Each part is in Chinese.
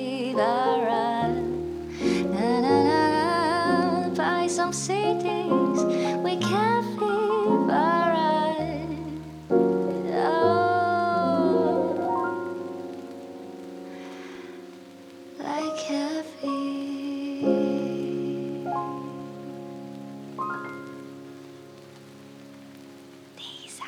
capybara. Na na na na, by some cities we capybara. Oh, like capy. These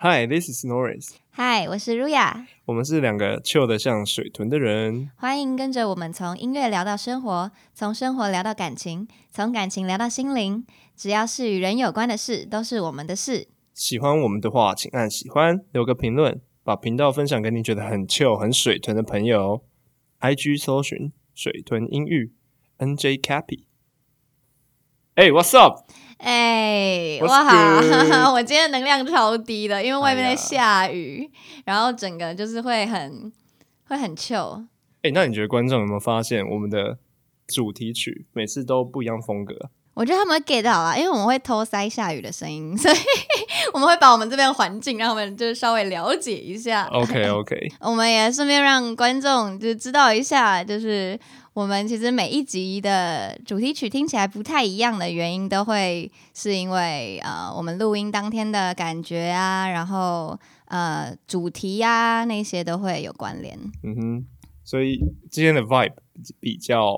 嗨，This is Norris，嗨，我是 Ruya，我们是两个 chill 的像水豚的人，欢迎跟着我们从音乐聊到生活，从生活聊到感情，从感情聊到心灵，只要是与人有关的事，都是我们的事。喜欢我们的话，请按喜欢，留个评论，把频道分享给你觉得很 chill 很水豚的朋友。IG 搜寻水豚音域 NJ Cappy。Hey, what's up？哎、 What's 哇哈， good？ 我今天能量超低的，因为外面哎呀在下雨，然后整个就是会很会很 chill。哎、那你觉得观众有没有发现我们的主题曲每次都不一样风格啊？我觉得他们会 get 到啊啦，因为我们会偷塞下雨的声音，所以 我们会把我们这边环境让他们就是稍微了解一下。 OK OK，我们也顺便让观众就知道一下，就是我们其实每一集的主题曲听起来不太一样的原因，都会是因为呃我们录音当天的感觉啊，然后呃主题啊那些都会有关联。 嗯哼，所以今天的 vibe 比较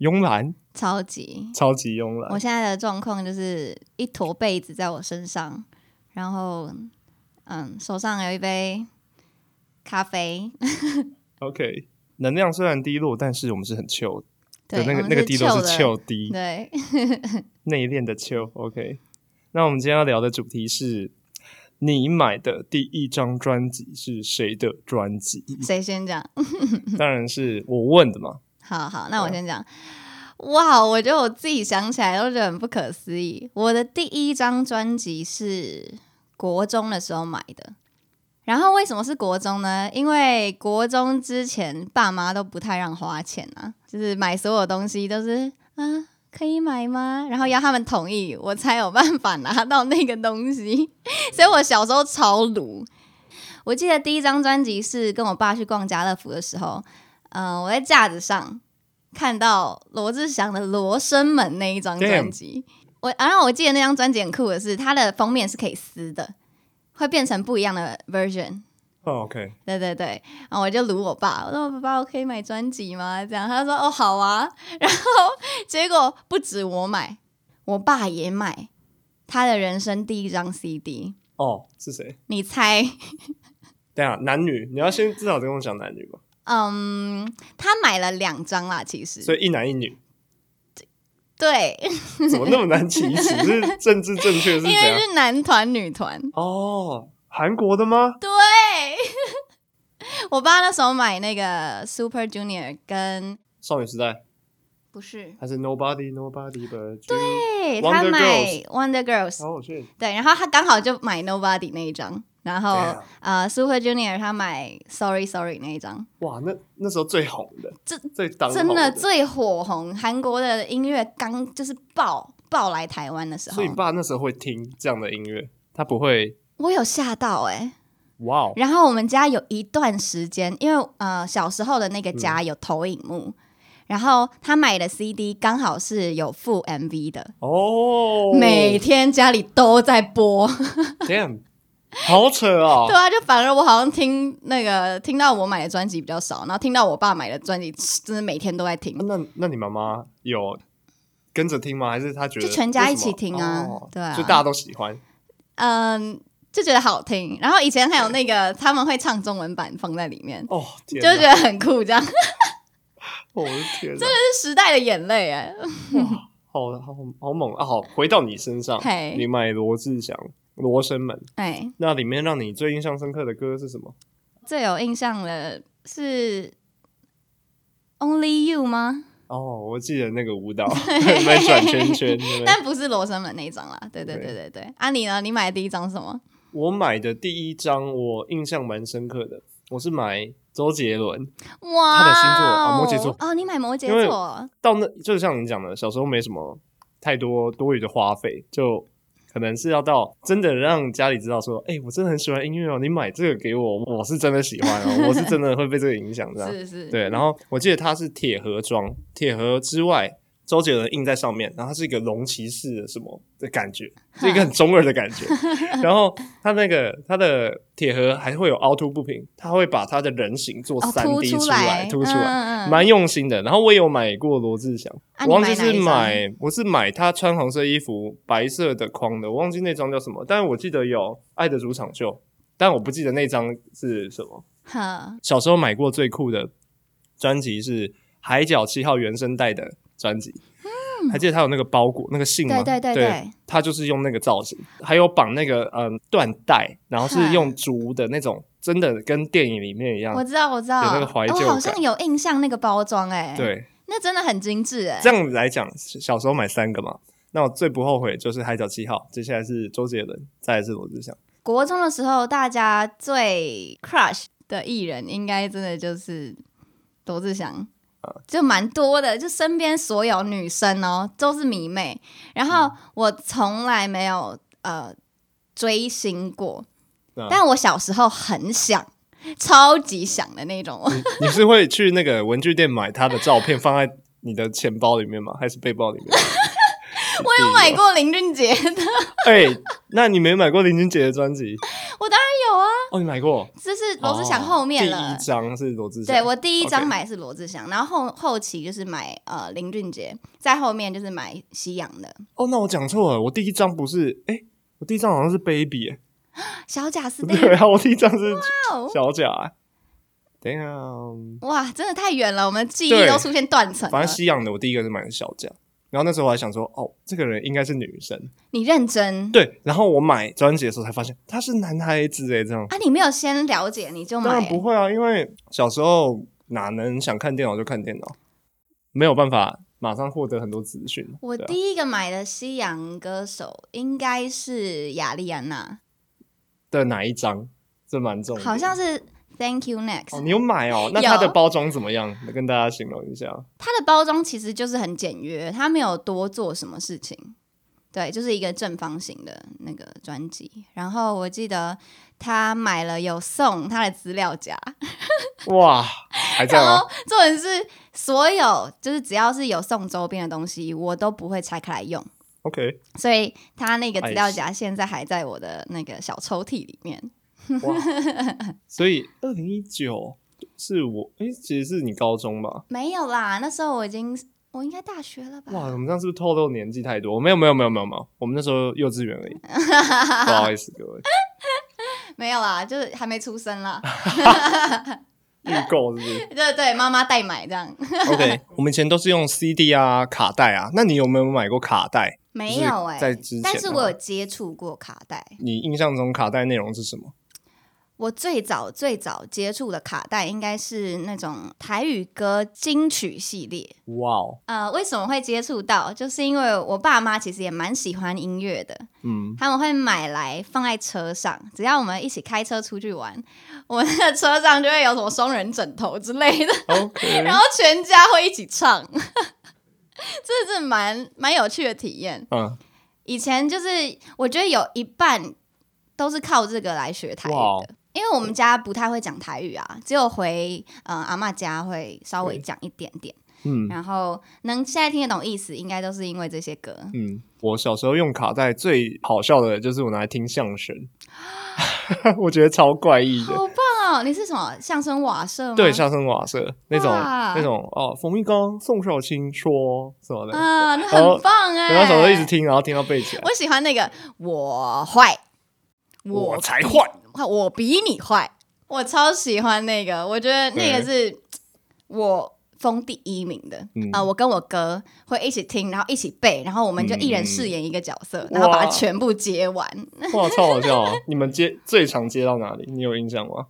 慵懒，超级，超级慵懒我。现在的状况就是一坨被子在我身上，然后嗯手上有一杯咖啡， OK，能量虽然低落，但是我们是很 chill 的对，那我个们那个低落是的 chill 低，对。内敛的 chill。OK，那我们今天要聊的主题是你买的第一张专辑是谁的专辑？谁先讲？当然是我问的嘛。好好，那我先讲。哇，我觉得我自己想起来都觉得很不可思议。我的第一张专辑是国中的时候买的，然后为什么是国中呢？因为国中之前爸妈都不太让花钱啊，就是买所有东西都是啊。可以买吗？然后要他们同意，我才有办法拿到那个东西。所以我小时候超鲁。我记得第一张专辑是跟我爸去逛家乐福的时候，嗯、我在架子上看到罗志祥的《罗生门》那一张 Damn 专辑。我、啊、然后我记得那张专辑很酷的是，它的封面是可以撕的，会变成不一样的 version。哦 OK，对对对，然后我就撸我爸，我说哦爸爸，我可以买专辑吗？这样他就说哦好啊， 然后结果不止我买，我爸也买他的人生第一张 CD，哦是谁？你猜？等一下，男女，你要先至少跟我讲男女吧。嗯，他买了两张啦，其实所以一男一女，对，怎么那么难启 齿？是政治正确是因怎为样？是男团女团，哦，韩国的吗？对， 我爸那时候买那个 Super Junior 跟少女时代不是，还是 Nobody Nobody But You？对 Wonder 他买 Girls Wonder Girls，哦，去对，然后他刚好就买 Nobody 那一张，然后 Damn 呃 Super Junior 他买 Sorry Sorry 那一张，哇，那那时候最红的，这最当真红的的最火红，韩国的音乐刚就是爆爆来台湾的时候所以，你爸那时候会听这样的音乐，他不会我有吓到哎、哇哦，然后我们家有一段时间，因为呃小时候的那个家嗯有投影幕，然后他买的 CD 刚好是有附 MV 的， 哦，，Oh，每天家里都在播。 damn，好扯哦对，啊，就反而我好像听那个听到我买的专辑比较少，然后听到我爸买的专辑，真的每天都在听，那那你妈妈有跟着听吗？还是她觉得就全家一起为什么听啊哦对啊就大家都喜欢嗯，就觉得好听。然后以前还有那个他们会唱中文版放在里面，哦，天就哪觉得很酷，这样 这我的天哪，真是时代的眼泪哎。好好好猛啊！好，回到你身上嘿，你买罗志祥《罗生门》，哎，那里面让你最印象深刻的歌是什么？最有印象的是 Only You 吗？哦，我记得那个 舞蹈，在转圈圈，对不对但不是罗生门那一张啦。对对对对对。啊，你呢？你买的第一张是什么？我买的第一张，我印象蛮深刻的，我是买周杰伦。哇，他的星座啊摩羯座哦，你买摩羯因为座，到那就像你讲的，小时候没什么太多多余的花费，就可能是要到真的让家里知道说，哎、我真的很喜欢音乐哦，你买这个给我，我是真的喜欢哦，我是真的会被这个影响这样。是是，对，然后我记得它是铁盒装，铁盒之外，周杰伦印在上面，然后它是一个龙骑士的什么的感觉，是一个很中二的 感觉。然后它那个它的铁盒还会有凹凸不平，它会把它的人形做哦，三凸 D 出来，凸出来，嗯嗯嗯蛮用心的。然后我也有买过罗志祥，啊我忘记你买哪是一张买我是买他穿红色衣服、白色的框的，我忘记那张叫什么，但是我记得有《爱的主场秀》，但我不记得那张是什么。哈，小时候买过最酷的专辑是《海角七号》原声带的专辑，还记得它有那个包裹、那个信吗？嗯对对对对它就是用那个造型，还有绑那个嗯缎带，然后是用竹的那种，真的跟电影里面一我样。知道我知道，嗯有那个怀哦旧我好感像有印象那个包装，哎，，对，那真的很精致，哎，这样来讲，小时候买三个嘛，那我最不后悔就是《海角七号》，接下来是周杰伦，再来是罗志 祥。国中的时候，大家最 crush 的艺人，应该真的就是罗志祥，啊就蛮多的，就身边所有女生哦都是迷妹。然后嗯我从来没有呃追星过，嗯但我小时候很想，超级想的那种。你是会去那个文具店买他的照片放在你的钱包里面吗？还是背包里 面？我我有买过林俊杰的，哎、那你没买过林俊杰的专辑？我当然 有啊，哦，你买过？这是罗志祥后面哦了。第一张是罗志祥。对我第一张 OK 买的是罗志祥，然后后后期就是买呃林俊杰，在后面就是买西洋的哦，那我讲错了，我第一张不是，哎、我第一张好像是 Baby，、欸、小贾 斯汀。对啊，我第一张是哦小贾、欸。等一下嗯，哇，真的太远了，我们记忆对都出现断层反了正。西洋的我第一个是买的小贾，然后那时候我还想说，哦，这个人应该是女生，你认真对。然后我买专辑的时候才发现他是男孩子哎、欸，这样。啊？你没有先了解你就当买然不欸，会啊，因为小时候哪能想看电脑就看电脑，没有办法马上获得很多资讯。我对啊第一个买的西洋歌手应该是雅丽安娜，的哪一张？这蛮重点好像是 Thank You Next 哦，。你有买 哦？那它有的包装怎么样？跟大家形容一下。它的包装其实就是很简约，它没有多做什么事情。对，就是一个正方形的那个专辑。然后我记得他买了有送他的资料夹，哇，还在然 吗后？重点是所有就是只要是有送周边的东西，我都不会拆开来用。 OK，所以他那个资哎料夹现在还在我的那个小抽屉里面。哇，所以二零一九是我诶，其实是你高中吧？没有啦，那时候我已经我应该大学了吧？哇，我们这样是不是透露年纪太多？没有没有没有没有没有，我们那时候幼稚园而已。 不好意思各位，没有啦，就是还没出生啦。预购是不是？对对，妈妈代买这样。 OK，我们以前都是用 CD 啊、卡带啊。那你有没有买过卡带？没有哎、就是在之前的话但是我有接触过卡带。你印象中卡带内容是什么？我最早最早接触的卡带应该是那种台语歌金曲系列。哇哦，呃，为什么会接触到？就是因为我爸妈其实也蛮喜欢音乐的，嗯，他们会买来放在车上，只要我们一起开车出去玩，我们的车上就会有什么双人枕头之 类的，OK，然后全家会一起唱， 这是蛮蛮有趣的体验。嗯，以前就是我觉得有一半都是靠这个来学台语哇哦的。因为我们家不太会讲台语啊，只有回呃阿嬷家会稍微对讲一点点，嗯然后能现在听得懂意思，应该都是因为这些歌。嗯，我小时候用卡带最好笑的就是我拿来听相声， 我觉得超怪异的。好啊棒哦！你是什么相声瓦舍吗？对，相声瓦舍那种哇那种哦，冯玉刚、宋少卿说什么的，啊，那然后很棒哎、我哦那时候一直听，然后听到背起来我。喜欢那个我坏，我我才 坏，我比你坏，我超喜欢那个，我觉得那个是我封第一名的啊、嗯我跟我哥会一起听，然后一起背，然后我嗯们就一人饰演一个角色，然后哇把它全部接完。哇，超好笑、啊！你们接最常接到哪里？你有印象吗？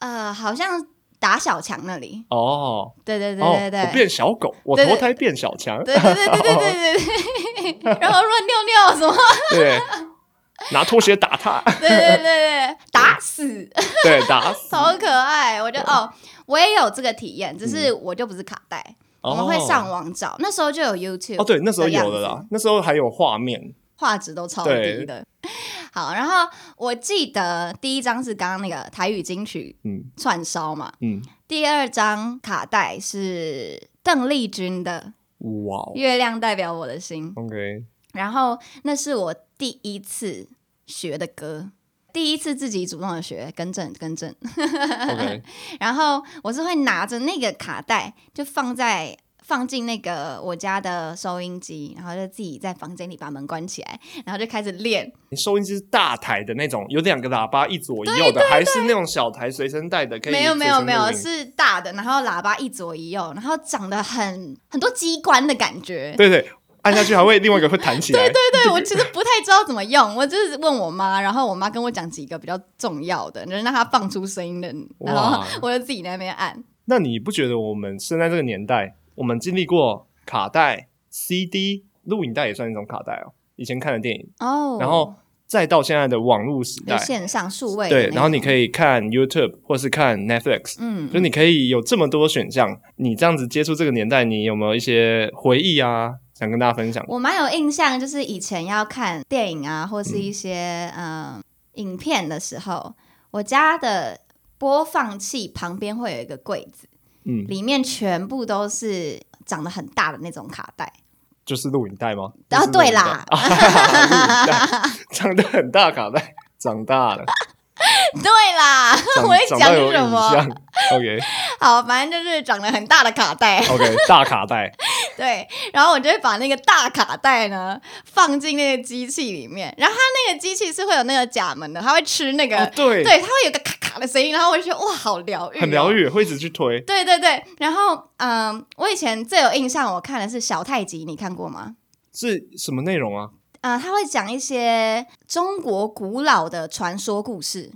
呃，好像打小强那里，哦，对对对哦，对对。我变小狗，我对对投胎变小强，对对对对对对对 对，然后乱尿尿什么？对，拿拖鞋打他，对对对对，打死！对，打死。超可爱，我觉得 哦，我也有这个体验，只是我就不是卡 带，我们会上嗯哦网找，那时候就有 YouTube 哦，对，那时候有的了样啦，那时候还有画面，画质都超低的。 好，然后我记得第一张是刚刚那个台语金曲嗯串烧嘛，嗯，第二张卡带是邓丽君的哇哦《月亮代表我的心》， ，OK，然后那是我第一次学的歌，第一次自己主动的学，更正更正。 OK，然后我是会拿着那个卡带，就放在放进那个我家的收音机，然后就自己在房间里把门关起来，然后就开始练。你收音机是大台的那种，有两个喇叭一左一右的，还是那种小台随身带的？可以没有没有没有，随身录音是大的，然后喇叭一左一右，然后长得很很多机关的感觉。对对，按下去还会另外一个会弹起来。对对， 对我其实不太知道怎么用，我就是问我妈，然后我妈跟我讲几个比较重要的，就是让她放出声音的，然后哇我就自己在那边按。那你不觉得我们生在这个年代，我们经历过卡带、CD、录影带也算一种卡带哦，以前看的电影，哦，然后再到现在的网络时就代，线上数位的那对，种，然后你可以看 YouTube 或是看 Netflix，嗯，就你可以有这么多选项，你这样子接触这个年代，你有没有一些回忆啊？想跟大家分享？我蛮有印象，就是以前要看电影啊，或是一些嗯、呃影片的时候，我家的播放器旁边会有一个柜子，嗯，里面全部都是长得很大的那种卡带。 就是录影带吗？啊就是录对影带啦啊 哈哈录影带，长得很大卡带， 长大了，对啦，长我在长讲到有什影么？像。OK 好，反正就是长得很大的卡带。 OK，大卡带，对，然后我就会把那个大卡带呢放进那个机器里面，然后它那个机器是会有那个假门的，它会吃那个，哦对，对，它会有个咔咔的声音，然后我就觉得哇，好疗愈、哦很疗。愈，会一直去推。对对对，然后嗯、我以前最有印象，我看的是小太极，你看过吗？是什么内容啊？啊、他会讲一些中国古老的传说故事，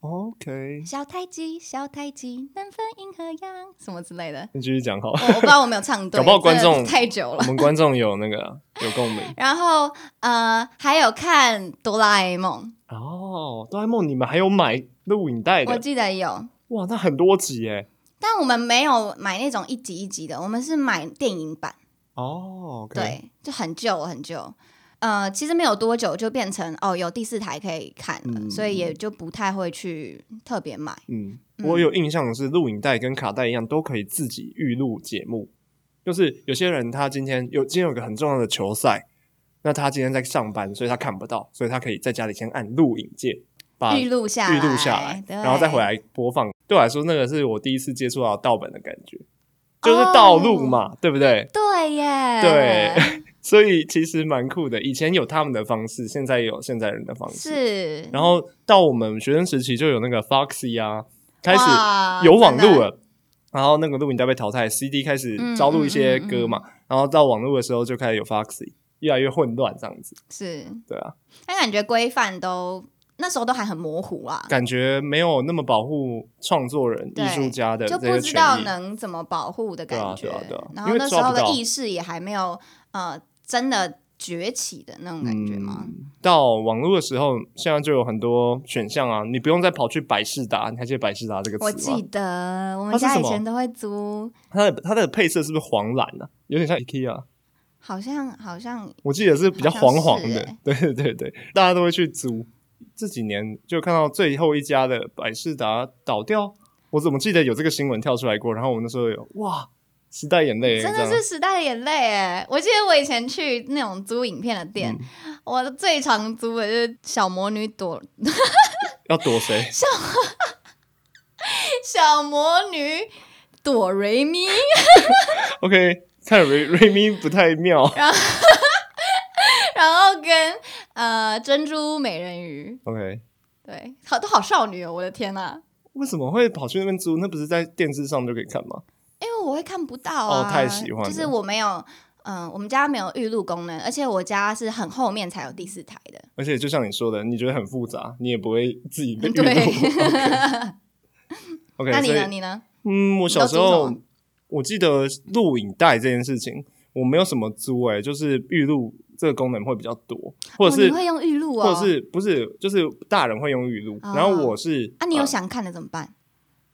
OK，小太极，小太极，难分阴和阳，什么之类的。你继续讲好 了，我我不知道我没有唱对，搞不好观众真的太久我了。们观众有那个啊有共鸣然后呃，还有看哆啦 A 梦，哦。哆啦 A 梦，你们还有买录影带我的？记得有，哇，那很多集耶。但我们没有买那种一集一集的，我们是买电影版。哦，OK，对，就很旧很旧。呃，其实没有多久就变成哦，有第四台可以看了，嗯所以也就不太会去特别买。嗯，嗯我有印象的是，录影带跟卡带一样，都可以自己预录节目。就是有些人他今天有今天有个很重要的球赛，那他今天在上班，所以他看不到，所以他可以在家里先按录影键，把预录下来，预录下来，对然后再回。来播放。对我来说，那个是我第一次接触到盗本的感觉，哦就是盗录嘛，对不对？对耶，对，所以其实蛮酷的。以前有他们的方式，现在也有现在人的方式。是。 然后到我们学生时期就有那个 Foxy 啊，开始哇有网路，啊真的嗯了，然后那个录影带被淘汰，CD 开始招录一些歌嘛，然后到网路的时候就开始有 Foxy，越来越混乱这样子，是，对啊，但感觉规范都那时候都还很模糊啊，感觉没有那么保护创作人、对艺术家的就这不些知权道益。能怎么保护的对啊感觉。对啊对啊然因后为那时抓不候的到意识也还没有呃真的崛起的那种感觉吗？嗯，到网络的时候，现在就有很多选项啊，你不用再跑去百事达，你还记得百事达这个我词记吗？得我它们是家什以么前都会租，它的它的配色是不是黄蓝啊？有点像 IKEA，好像好像我记得是比较黄黄好像的，是欸 对对对对，大家都会去租。这几年就看到最后一家的百事达倒掉，我怎么记得有这个新闻跳出来过？然后我那时候有哇，时代眼泪，真这的样是时代的眼泪哎！我记得我以前去那种租影片的店，嗯我最常租的就是小魔女朵、 要躲谁？小魔女朵瑞咪， OK，看瑞瑞咪不太 妙。然后跟呃珍珠美人鱼， OK，对，好都好少女哦！我的天呐、为什么会跑去那边租？那不是在电视上就可以看吗？因为我会看不到啊，哦太喜欢了就是我没有。嗯，我们家没有预录功能，而且我家是很后面才有第四台的。而且就像你说的，你觉得很复杂，你也不会自己被预对 录。OK，那你所以呢？你呢？嗯，你我小都时租什候么我记得录影带这件事情，我没有什么租诶、就是预录这个功能会比较多，或者哦、是、你会用预录哦，或者是不是就是大人会用预录，哦然后我是啊，你有呃想看的怎么办？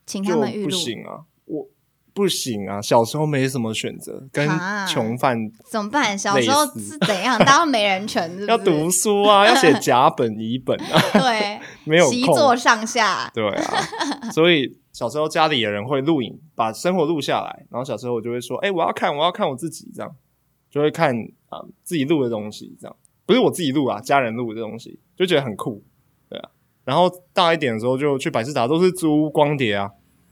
请他就们预不录。行啊，我不行啊，小时候没什么选择，跟啊穷犯怎么办？小时候类似是怎 样？当没人权是不是？要读书啊，要写 甲本乙本啊，对，没有习空啊作上下，对啊，所以小时候家里的人会录影，把生活录下来，然后小时候我就会说，哎、我要看，我要看我自己，这样就会看啊、呃自己录的东西，这样不是我自己录啊，家人录的东西，就觉得很酷，对啊。然后大一点的时候就去百事达，都是租光碟啊，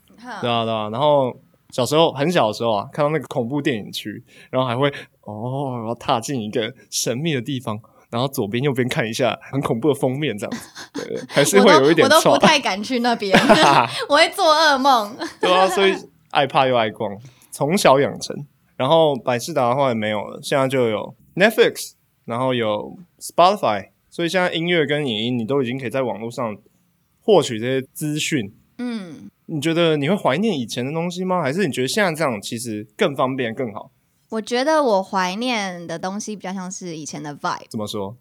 对哼啊对啊。然后小时候很小的时候啊，看到那个恐怖电影区，然后还会哦，我要踏进一个神秘的地方。然后左边右边看一下很恐怖的封面，这样子，对，对还是我会都有一点我都错不。太敢去那边， 我会做噩梦。对啊，所以爱怕又爱逛，从小养成。然后百事达的话也没有了，现在就有 Netflix，然后有 Spotify，所以现在音乐跟影音你都已经可以在网络上获取这些资讯。嗯，你觉得你会怀念以前的东西吗？还是你觉得现在这样其实更方便更好？我觉得我怀念的东西比较像是以前的 vibe，怎么说？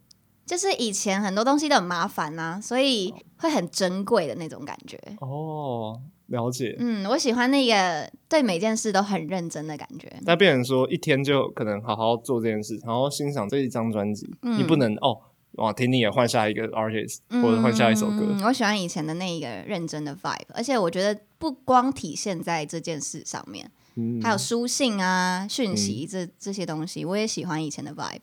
就是以前很多东西都很麻烦呐、所以会很珍贵的那种感觉。哦，了解。嗯，我喜欢那个对每件事都很认真的感觉。那变成说一天就可能好好做这件事，然后欣赏这一张专辑，嗯你不能哦，哇，听你也换下一个 artist，、或者换下一首歌，嗯我喜欢以前的那一个认真的 vibe，而且我觉得不光体现在这件事上面，嗯还有书信啊、讯息这这些东西，我也喜欢以前的 vibe。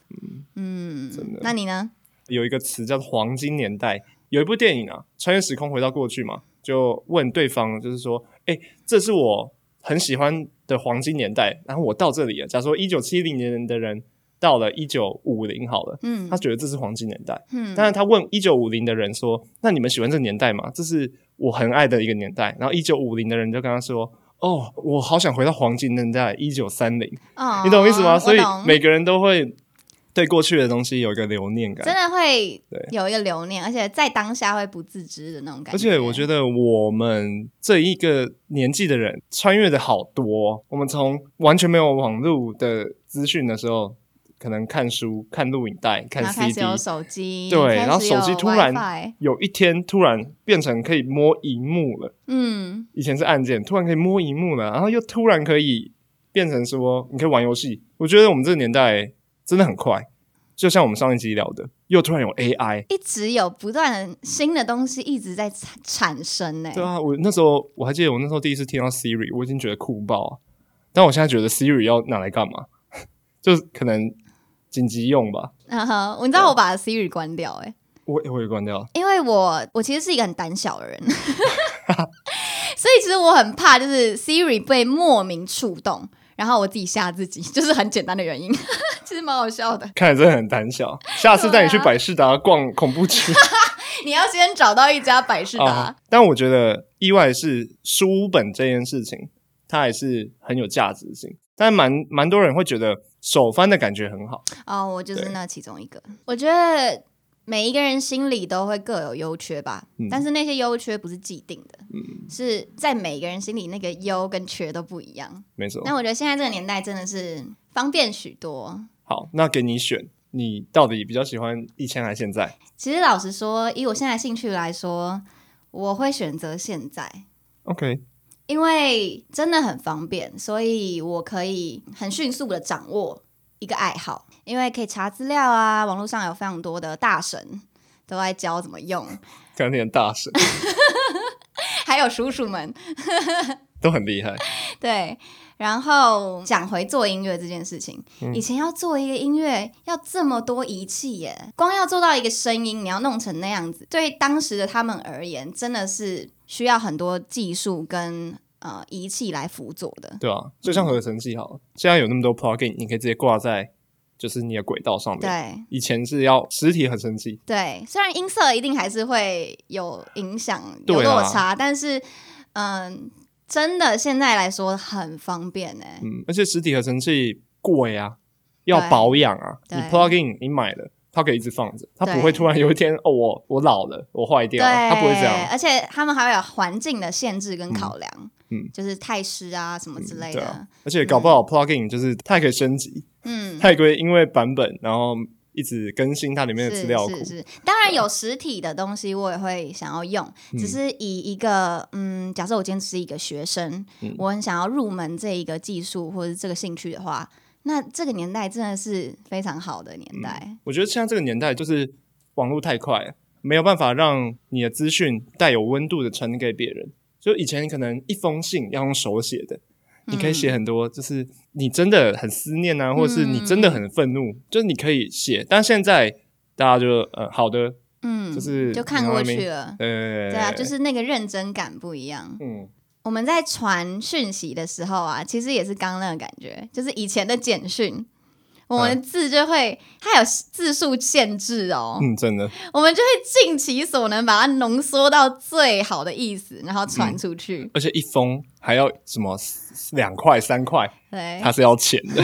嗯真的那你呢？有一个词叫“黄金年代”，有一部电影啊，穿越时空回到过去嘛，就问对方，就是说，哎、这是我很喜欢的黄金年代，然后我到这里了。假如说一九七零年的人到了一九五零好了，嗯他觉得这是黄金年代，嗯但是他问一九五零的人说，那你们喜欢这个年代吗？这是我很爱的一个年代。然后一九五零的人就跟他说。哦，我好想回到黄金年代一九三零，哦你懂我意思吗？我所以懂每个人都会对过去的东西有一个留念感，真的会对有一个留念，而且在当下会不自知的那种感觉。而且我觉得，得我们这一个年纪的人穿越的好多哦，我们从完全没有网络的资讯的时候，可能看书、看录影带、看然后开 CD，始有手机，对开始然后手机有突然 WiFi 有一天突然变成可以摸荧幕了，嗯，以前是按键，突然可以摸荧幕了，然后又突然可以变成说你可以玩游戏。我觉得我们这个年代真的很快，就像我们上一集聊的，又突然有 AI，一直有不断的新的东西一直在产产生欸呢、对啊，我那时候我还记得，我那时候第一次听到 Siri，我已经觉得酷爆啊！但我现在觉得 Siri 要拿来干嘛？ 就是可能紧急用吧。嗯哼， 你知道我啊把 Siri 关掉哎、我我也关掉了。因为我我其实是一个很胆小的人， 所以其实我很怕就是 Siri 被莫名触动，然后我自己吓自己，就是很简单的原因， 其实蛮好笑的。看来真的很胆小。下啊次带你去百事达逛恐怖区你要先找到一家百事达。啊！但我觉得意外的是书本这件事情，它还是很有价值性。但蛮蛮多人会觉得手翻的感觉很好。哦，我就是对那其中一个。我觉得每一个人心里都会各有优缺吧，嗯但是那些优缺不是既定的，是在每个人心里那个优跟缺都不一样。没错。那我觉得现在这个年代真的是方便许多。好，那给你选，你到底比较喜欢以前还是现在？其实老实说，以我现在兴趣来说，我会选择现在。 OK，因为真的很方便，所以我可以很迅速的掌握一个爱好，因为可以查资料啊，网络上有非常多的大神都在教怎么用，感觉很大神还有叔叔们都很厉害。对。然后讲回做音乐这件事情，嗯以前要做一个音乐要这么多仪器耶，光要做到一个声音，你要弄成那样子，对当时的他们而言，真的是需要很多技术跟呃仪器来辅佐的。对啊，就像合成器好了，现在有那么多 plugin，你可以直接挂在就是你的轨道上面。对，以前是要实体合成器，对，虽然音色一定还是会有影响、有对啊落差，但是，嗯，真的现在来说很方便呢、嗯，而且实体合成器贵啊，要对保养啊。你对 plugin 你买了，它可以一直放着，它对不会突然有一天哦，我我老了，我坏掉了，嗯对，它不会这样。而且他们还会有环境的限制跟考量，嗯就是太湿啊什么之类对的，啊而且搞不好 plugin 就是它还可以升级，嗯它也可以因为版本然后一直更新它里面的资料库啊是。是是，当然有实体的东西，我也会想要用。嗯只是以一个嗯，假设我今天是一个学生，嗯我很想要入门这一个技术或者这个兴趣的话，那这个年代真的是非常好的嗯年代。我觉得现在这个年代就是网络太快了，没有办法让你的资讯带有温度的传给别人。就以前你可能一封信要用手写的，嗯你可以写很多，就是你真的很思念啊，或者是你真的很愤怒，就是你可以写。但现在大家就呃好的，嗯，就是就看过去了。呃，对啊，就是那个认真感不一样。嗯，我们在传讯息的时候啊，其实也是刚刚那个感觉，就是以前的简讯，我嗯们字就会、它有字数限制哦，嗯，真的，我们就会尽其所能把它浓缩到最好的意思，然后嗯传出去。而且一封还要什么两块三块，对它，是要钱的，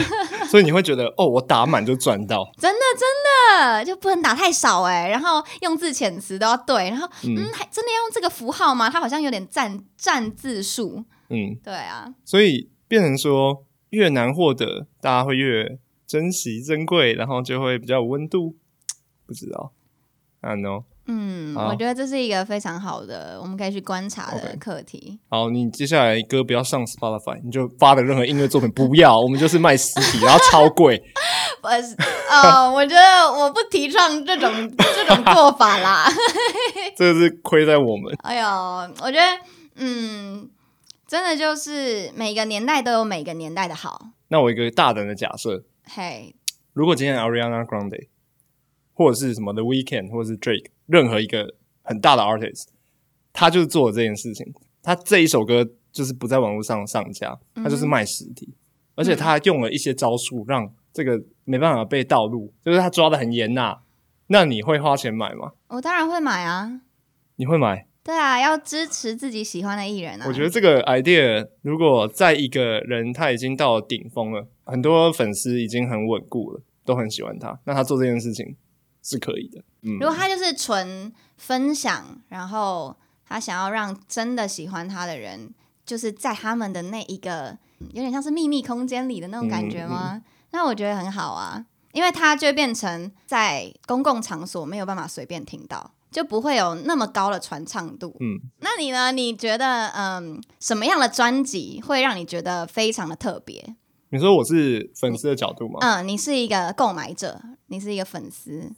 所以你会觉得哦，我打满就赚到。真的真的就不能打太少哎、然后用字遣词都要对，然后嗯还真的要用这个符号吗？它好像有点占占字数。嗯，对啊，所以变成说越难获得，大家会越珍惜珍贵，然后就会比较有温度。不知道啊 no。嗯，好我觉得这是一个非常好的，我们可以去观察的 OK 课题。好，你接下来歌不要上 Spotify，你就发的任何音乐作品不要，我们就是卖实体，然后超贵。我是呃，我觉得我不提倡这种这种做法啦。 这是亏在我们。哎呦，我觉得嗯，真的就是每个年代都有每个年代的好。那我有一个大胆的假设，嘿，如果今天 Ariana Grande 或者是什么 The Weeknd 或者是 Drake，任何一个很大的 artist，他就是做了这件事情。他这一首歌就是不在网络上上架，他就是卖实体，而且他用了一些招数让这个没办法被盗录，就是他抓的很严呐、那你会花钱买吗？我当然会买啊。你会买？对啊，要支持自己喜欢的艺人啊。我觉得这个 idea 如果在一个人他已经到了顶峰了，很多粉丝已经很稳固了，都很喜欢他，那他做这件事情是可以的。嗯，如果他就是纯分享，然后他想要让真的喜欢他的人，就是在他们的那一个有点像是秘密空间里的那种感觉吗？那我觉得很好啊，因为他就会变成在公共场所没有办法随便听到，就不会有那么高的传唱度。嗯，那你呢？你觉得嗯，什么样的专辑会让你觉得非常的特别？你说我是粉丝的角度吗？嗯，你是一个购买者，你是一个粉丝，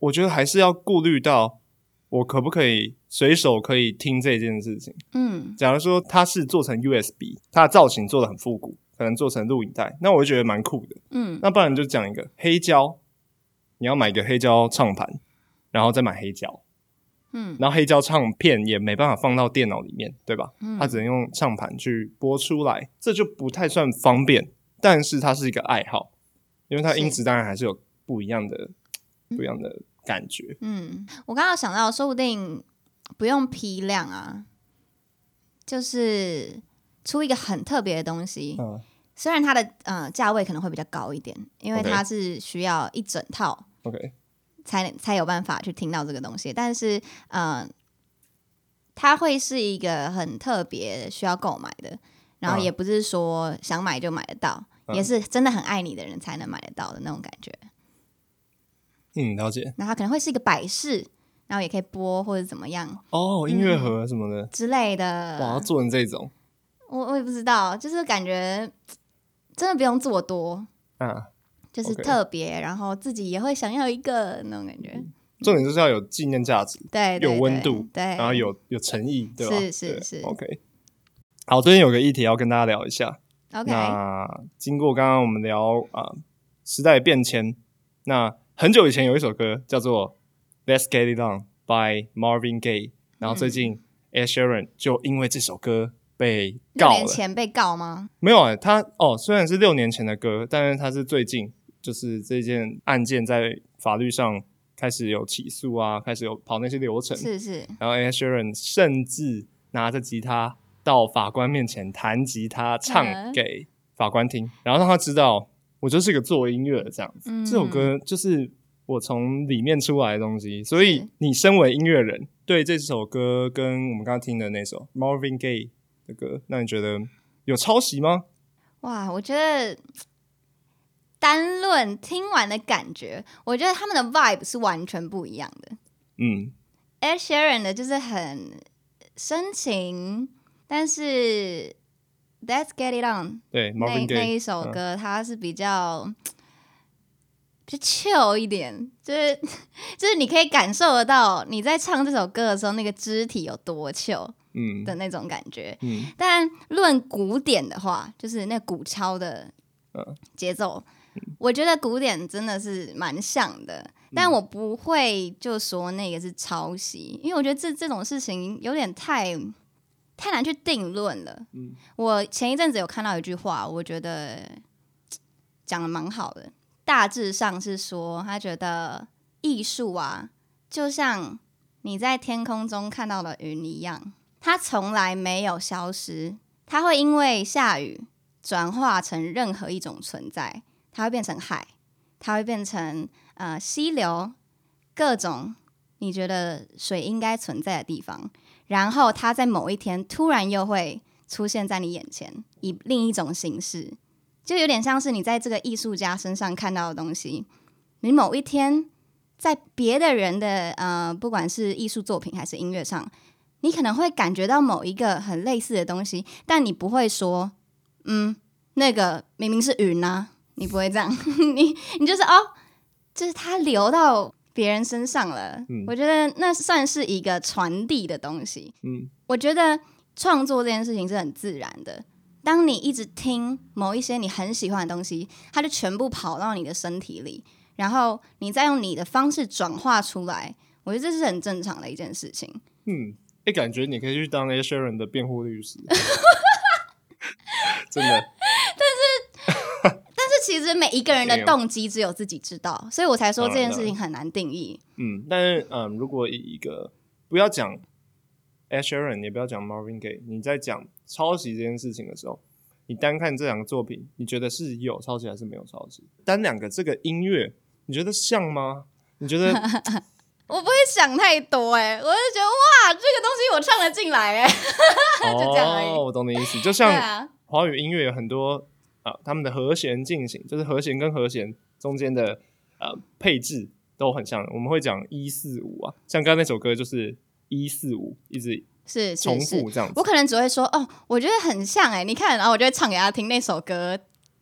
我觉得还是要顾虑到我可不可以随手可以听这件事情。嗯假如说它是做成 USB，它的造型做的很复古，可能做成录影带，那我就觉得蛮酷的。嗯，那不然就讲一个黑胶，你要买一个黑胶唱盘，然后再买黑胶，嗯，然后黑胶唱片也没办法放到电脑里面，对吧？它只能用唱盘去播出来，这就不太算方便，但是它是一个爱好，因为它音质当然还是有不一样的、不一样的感觉。嗯，我刚刚有想到，说不定不用批量啊，就是出一个很特别的东西。嗯虽然它的呃价位可能会比较高一点，因为 OK 它是需要一整套，OK，才能才有办法去听到这个东西，但是呃，它会是一个很特别需要购买的，然后嗯也不是说想买就买得到，嗯也是真的很爱你的人才能买得到的那种感觉。嗯，了解。然后它可能会是一个摆饰，然后也可以播或者怎么样。哦，音乐盒什么的，之类哇，的。哦做成这种我我也不知道，就是感觉真的不用做多，啊，就是 OK 特别然后自己也会想要一个那种感觉。重点就是要有纪念价值，对，对嗯有温度，对，然后有有诚意，对吧？是是对是，OK。好，最近有个议题要跟大家聊一下。 OK，那经过刚刚我们聊啊、时代的变迁，那很久以前有一首歌叫做《Let's Get It On》by Marvin Gaye，然后嗯最近 a s h e r o n 就因为这首歌被六告年了。前被告吗？没有啊、他哦，虽然是六年前的歌，但是他是最近就是这件案件在法律上开始有起诉啊，开始有跑那些流程，是是，然后 a s h e r o n 甚至拿着吉他到法官面前弹吉他，唱嗯给法官听，然后让他知道我就是个做音乐的这样子。嗯这首歌就是我从里面出来的东西，所是以你身为音乐人，对这首歌跟我们刚刚听的那首 Marvin Gaye 的歌，那你觉得有抄袭吗？哇，我觉得单论听完的感觉，我觉得他们的 vibe 是完全不一样的。嗯 Ed Sheeran 的就是很深情，但是 Let's Get It On 对那，Marvin 那 Gaye 一首嗯歌，它是比较就 chill 一点，就是 就是你可以感受得到你在唱这首歌的时候，那个肢体有多 chill 嗯的那种感觉。嗯但论古典的话，就是那古敲的嗯节奏，我觉得古典真的是蛮像的，嗯但我不会就说那个是抄袭，因为我觉得这这种事情有点太太难去定论了。嗯我前一阵子有看到一句话，我觉得嘖讲的蛮好的，大致上是说他觉得艺术啊，就像你在天空中看到的云一样，它从来没有消失，它会因为下雨转化成任何一种存在，它会变成海，它会变成呃溪流，各种你觉得水应该存在的地方，然后它在某一天突然又会出现在你眼前，以另一种形式，就有点像是你在这个艺术家身上看到的东西，你某一天。在别的人的呃，不管是艺术作品还是音乐上，你可能会感觉到某一个很类似的东西，但你不会说，嗯，那个明明是云啊，你不会这样， 你你就是哦，就是它流到别人身上了。嗯我觉得那算是一个传递的东西。嗯我觉得创作这件事情是很自然的。当你一直听某一些你很喜欢的东西，它就全部跑到你的身体里，然后你再用你的方式转化出来，我觉得这是很正常的一件事情。嗯，哎，感觉你可以去当 A Sharon 的辩护律师， 真的，但是其实每一个人的动机只有自己知道，所以我才说这件事情很难定义。嗯，但是嗯，如果以一个不要讲 a s h e r o n 也不要讲 Marvin Gaye，你在讲抄袭这件事情的时候，你单看这两个作品，你觉得是有抄袭还是没有抄袭？单两个这个音乐，你觉得像吗？你 觉得我不会想太多、欸，哎，我就觉得哇，这个东西我唱得进来、欸， 哎，就这样而已哦，我懂你意思，就对像啊，华语音乐有很多啊、他们的和弦进行，就是和弦跟和弦中间的呃配置都很像。我们会讲一四五啊，像刚刚那首歌就是一四五，一直是重是是复，这样子。我可能只会说哦，我觉得很像哎、欸，你看，然后我就会唱给他听那首歌。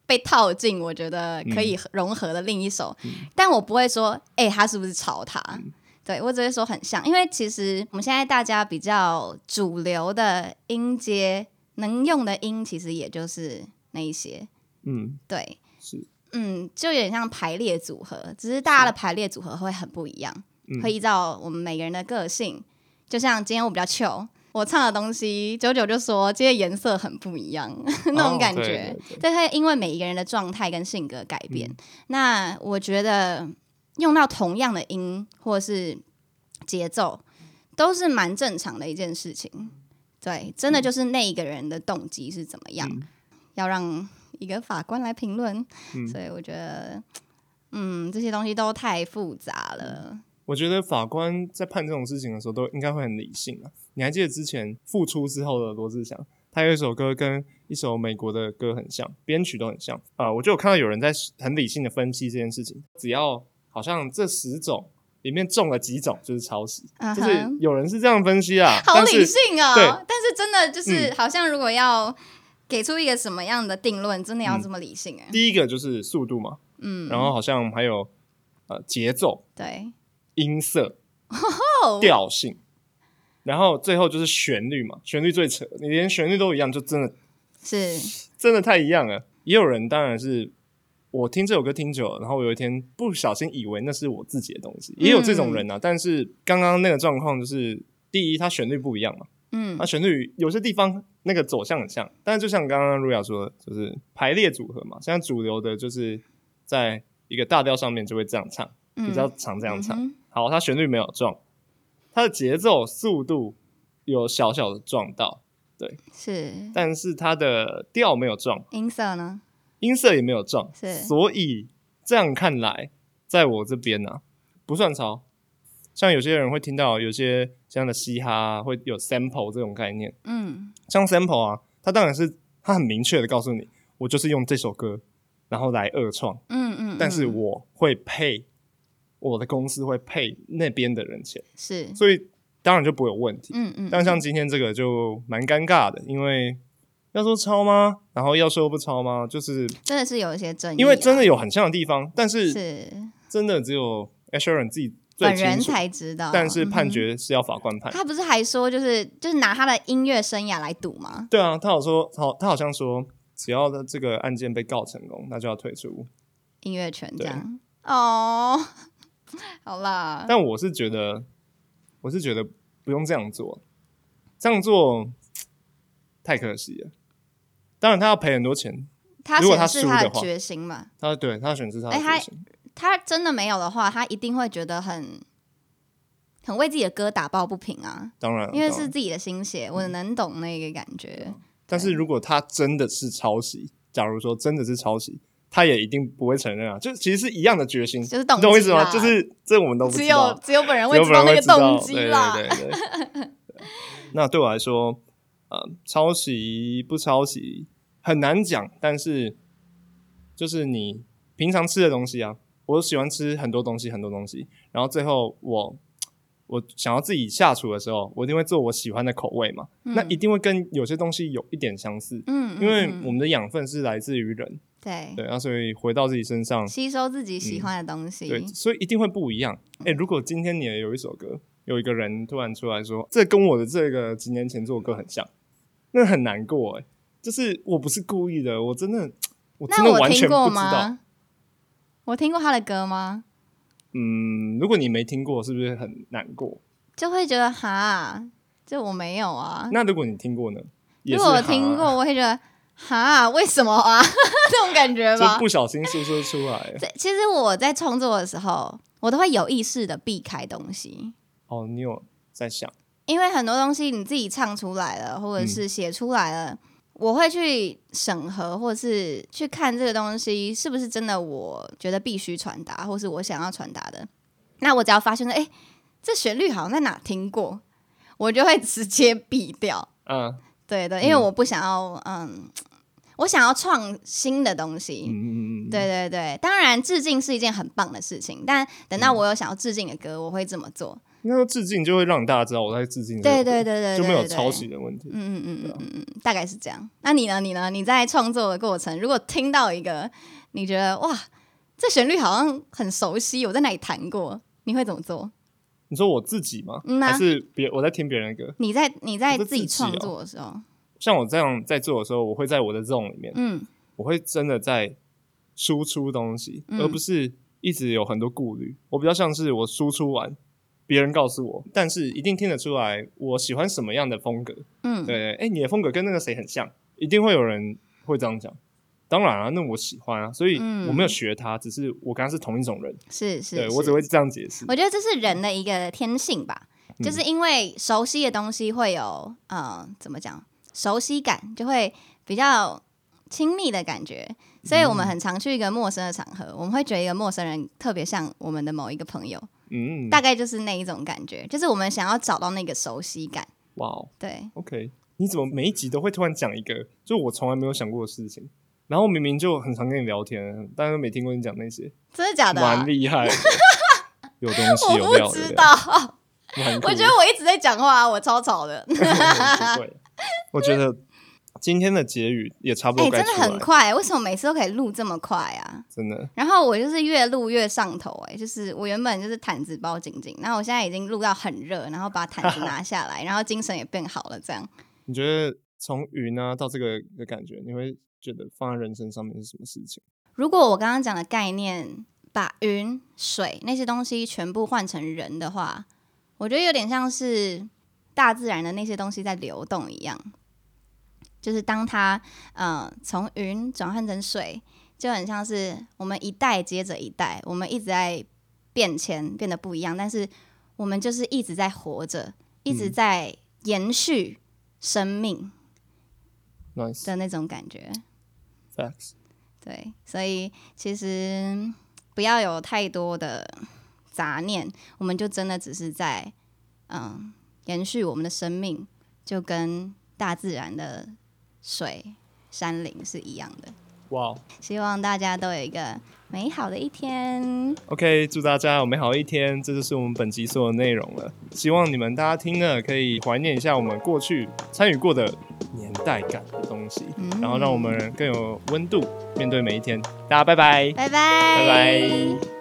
被套进，我觉得可嗯以融合的另一首，但我不会说，哎、他是不是抄他？嗯对我只会说很像，因为其实我们现在大家比较主流的音阶能用的音，其实也就是那一些，嗯，对，是。嗯，就有点像排列组合，只是大家的排列组合会很不一样，嗯会依照我们每个人的个性。就像今天我比较糗，我唱的东西，九九就说这些颜色很不一样， 那种感哦对觉对。对对，会因为每一个人的状态跟性格改嗯变。那我觉得用到同样的音或是节奏，都是蛮正常的一件事情。对，真嗯的就是那一个人的动机是怎么样，要让一个法官来评论。所以我觉得，嗯，这些东西都太复杂了。我觉得法官在判这种事情的时候，都应该会很理性啊。你还记得之前复出之后的罗志祥，他有一首歌跟一首美国的歌很像，编曲都很像啊、呃我就有看到有人在很理性的分析这件事情，只要好像这十种里面中了几种就是抄袭嗯哼就是有人是这样分析啊。好但理是性哦、对嗯但是真的就是，好像如果要给出一个什么样的定论，真的嗯要这么理性哎、第一个就是速度嘛，嗯，然后好像还有呃节奏、对，音色、哦，调性，然后最后就是旋律嘛，旋律最扯，你连旋律都一样，就真的是真的太一样了。也有人当然是我听这首歌听久了，然后我有一天不小心以为那是我自己的东西，也有这种人啊。但是刚刚那个状况就是，第一，它旋律不一样嘛，嗯它旋律有些地方那个走向很像，但是就像刚刚露雅说的，就是排列组合嘛。现在主流的就是在一个大调上面就会这样唱，嗯，比较常这样唱。嗯哼好，它旋律没有撞，它的节奏速度有小小的撞到，是但是它的调没有撞。音色呢？音色也没有撞，是所以这样看来，在我这边呢、不算抄。像有些人会听到有些像的嘻哈、啊、会有 sample 这种概念，嗯，像 sample 啊，它当然是它很明确的告诉你，我就是用这首歌然后来二创，嗯嗯，但是嗯我会配我的公司会配那边的人钱，是所以当然就不会有问题。嗯嗯，但像今天这个就蛮尴尬的，因为要说抄吗？然后要说不抄吗？就是真的是有一些争议啊，因为真的有很像的地方，但是是真的只有 Asheron 自己最本清人楚。才知道，但是判嗯哼决是要法官判。他不是还说就是就是拿他的音乐生涯来赌吗？对啊，他好说，好，他好像说，只要他这个案件被告成功，那就要退出。嗯音乐权这对样哦， 好啦，但我是觉得，我是觉得不用这样做，这样做太可惜了。当然，他要赔很多钱，他如果他显示输他的的话决心嘛，他对他选择他的哎他决心。他真的没有的话，他一定会觉得很很为自己的歌打抱不平啊，当然，因为当是然，自己的心血，我能懂那个感觉。但是如果他真的是抄袭，假如说真的是抄袭，他也一定不会承认啊。就其实是一样的决心，就是动你懂我意思机吗？啦就是这我们都不只知有道，只有本人只会有知道本人那会个知道动机啦。对对对对对 那对我来说，呃，抄袭不抄袭很难讲，但是就是你平常吃的东西啊，我喜欢吃很多东西，很多东西，然后最后我。我想要自己下厨的时候，我一定会做我喜欢的口味嘛，那嗯一定会跟有些东西有一点相似，嗯，嗯因为嗯我们的养分是来自于人，对对，那所以回到自己身上，吸收自己喜欢的东西，对，所以一定会不一样。嗯哎、如果今天你也有一首歌，有一个人突然出来说，这跟我的这个几年前做的歌很像，那很难过哎、就是我不是故意的，我真的，我真那的我完全听不过知道。吗？我听过他的歌吗？嗯，如果你没听过，是不是很难过？就会觉得哈，这我没有啊。那如果你听过呢？也如是果我哈听，过，我会觉得哈，为什么啊？ 这种感觉吧就。不小心说说出来。这其实我在创作的时候，我都会有意识的避开东西，哦，你有在想，因为很多东西你自己唱出来了，或者是写出来了，嗯我会去审核，或是去看这个东西是不是真的我觉得必须传达，或是我想要传达的。那我只要发现说，哎、这旋律好像在哪听过，我就会直接避掉。嗯对对，因为我不想要，嗯，我想要创新的东西。嗯嗯嗯，嗯对，对对，当然致敬是一件很棒的事情，但等嗯到我有想要致敬的歌，我会这么做。应该说致敬就会让大家知道我在致敬这对个歌，对对对，就没有对抄袭。的问题。嗯嗯嗯嗯嗯嗯，大概是这啊样。那你呢？你呢？你在创作的过程，如果听到一个你觉得哇，这旋律好像很熟悉，我在哪里弹过，你会怎么做？你说我自己吗？嗯啊还是别我在听别人的歌？你在你在我在自己自己哦创作的时候，像我这样在做的时候，我会在我的 zone 里面，嗯我会真的在输出东西，嗯而不是一直有很多顾虑。我比较像是我输出完，别人告诉我，但是一定听得出来我喜欢什么样的风格。嗯，对，哎、你的风格跟那个谁很像，一定会有人会这样讲。当然啊，那我喜欢啊，所以嗯我没有学他，只是我跟他是同一种人，是是，对是我只会这样解释。我觉得这是人的一个天性吧，嗯就是因为熟悉的东西会有，呃，怎么讲，熟悉感就会比较亲密的感觉，所以我们很常去一个陌生的场合，我们会觉得一个陌生人特别像我们的某一个朋友，嗯，大概就是那一种感觉，就是我们想要找到那个熟悉感，哇哦。对， OK，你怎么每一集都会突然讲一个就我从来没有想过的事情？然后明明就很常跟你聊天，但是没听过你讲那些，真的假的、啊蛮？厉害的，有东西我有料不的知料，道， 蛮酷的我觉得我一直在讲话啊、我超吵 的，不会，我觉得今天的结语也差不哎、多该真出的来，很快，为什么每次都可以录这么快啊？真的然后我就是越录越上头、哎，就是我原本就是毯子包紧紧，然后我现在已经录到很热，然后把毯子拿下来，然后精神也变好了，这样。你觉得从云啊到这个的感觉，你会觉得放在人生上面是什么事情？如果我刚刚讲的概念，把云、水那些东西全部换成人的话，我觉得有点像是大自然的那些东西在流动一样。就是当它呃从云转换成水，就很像是我们一代接着一代，我们一直在变迁，变得不一样，但是我们就是一直在活着，一直嗯在延续生命 Nice 的那种感觉。 facts，对，所以其实不要有太多的杂念，我们就真的只是在嗯延续我们的生命，就跟大自然的水、山林是一样的。哇、希望大家都有一个美好的一天。 OK，祝大家有美好一天，这就是我们本集所有内容了。希望你们大家听了可以怀念一下我们过去参与过的年代感的东西，嗯然后让我们更有温度面对每一天。大家拜拜。拜拜，拜拜